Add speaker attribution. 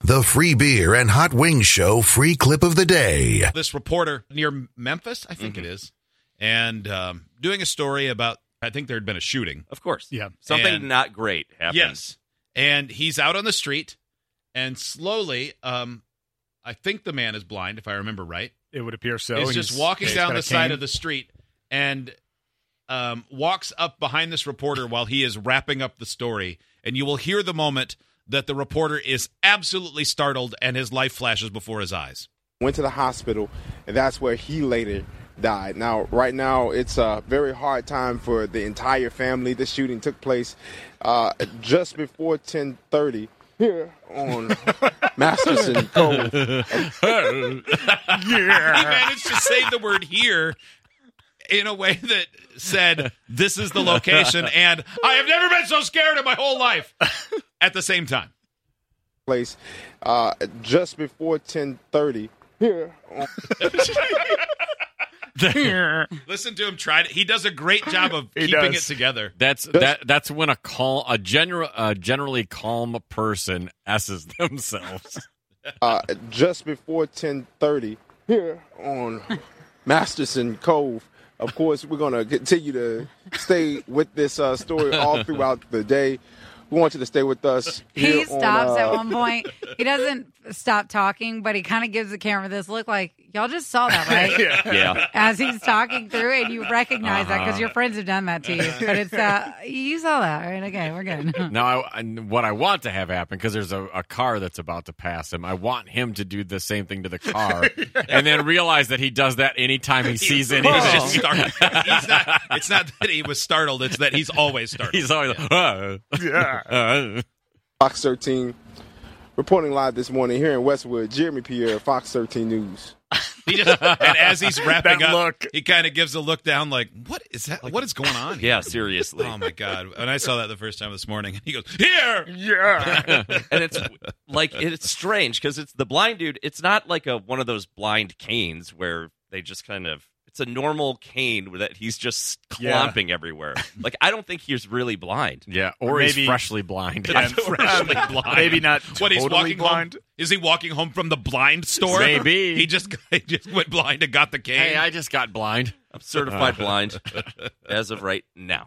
Speaker 1: The free beer and hot wings show free clip of the day.
Speaker 2: this reporter near Memphis, I think it
Speaker 3: Mm-hmm.
Speaker 2: is, and um, doing a story about I think there had been a shooting.
Speaker 4: Of course.
Speaker 3: Yeah.
Speaker 4: Something
Speaker 2: And-
Speaker 4: not great happened.
Speaker 2: Yes, and he's out on the street, and slowly, um, I think the man is blind, if I remember right.
Speaker 3: It would appear so.
Speaker 2: He's
Speaker 3: and
Speaker 2: just walking
Speaker 3: Oh, he's
Speaker 2: down
Speaker 3: got
Speaker 2: the
Speaker 3: a
Speaker 2: side
Speaker 3: cane.
Speaker 2: of the street and um, walks up behind this reporter while he is wrapping up the story, and you will hear the moment that the reporter is absolutely startled and his life flashes before his eyes.
Speaker 5: went to the hospital, and that's where he later died. Now, right now, it's a very hard time for the entire family. This shooting took place uh, just before 10:30 here on Masterson Cove.
Speaker 2: he managed to say the word here in a way that said this is the location and i have never been so scared in my whole life at the same time
Speaker 5: Place uh, just before 10:30 here on
Speaker 2: listen to him try to he does a great job of keeping
Speaker 3: does.
Speaker 2: it together
Speaker 6: That's that. That's when a calm, a general, a generally calm person s's themselves.
Speaker 5: uh, just before 10:30 here on Masterson Cove. Of course, we're going to continue to stay with this uh, story all throughout the day. We want you to stay with us.
Speaker 7: He
Speaker 5: here
Speaker 7: stops
Speaker 5: on,
Speaker 7: at
Speaker 5: uh,
Speaker 7: one point. He doesn't stop talking, but he kind of gives the camera this look like, y'all just saw that, right?
Speaker 4: Yeah.
Speaker 7: As he's talking through it, you recognize that because your friends have done that to you. But it's, uh, you saw that, right? Okay, we're good.
Speaker 6: Now, I, and what I want to have happen because there's a, a car that's about to pass him. I want him to do the same thing to the car, and then realize that he does that anytime he sees
Speaker 2: He was
Speaker 6: anything.
Speaker 2: just startled. He's not, it's not that he was startled it's that he's always startled
Speaker 6: He's always "Uh." like, yeah.
Speaker 5: Fox 13 reporting live this morning here in Westwood. Jeremy Pierre, Fox 13 News.
Speaker 2: he just and as he's wrapping
Speaker 3: That
Speaker 2: up
Speaker 3: look.
Speaker 2: he kind of gives a look down like what is that what is going on here?
Speaker 4: Yeah, seriously.
Speaker 2: oh my god when i saw that the first time this morning he goes here
Speaker 3: Yeah.
Speaker 4: and it's like it's strange because it's the blind dude. It's not like a one of those blind canes where they just kind of. It's a normal cane that he's just
Speaker 3: Yeah.
Speaker 4: clomping everywhere. Like I don't think he's really blind.
Speaker 6: yeah, or he's
Speaker 3: Maybe-
Speaker 6: freshly blind.
Speaker 3: Yeah.
Speaker 2: freshly blind.
Speaker 3: Maybe not
Speaker 2: What he's
Speaker 3: totally
Speaker 2: walking
Speaker 3: blind.
Speaker 2: home? Is he walking home from the blind store?
Speaker 6: Maybe.
Speaker 2: he just he just went blind and got the cane.
Speaker 6: Hey, I just got blind.
Speaker 4: I'm certified blind as of right now.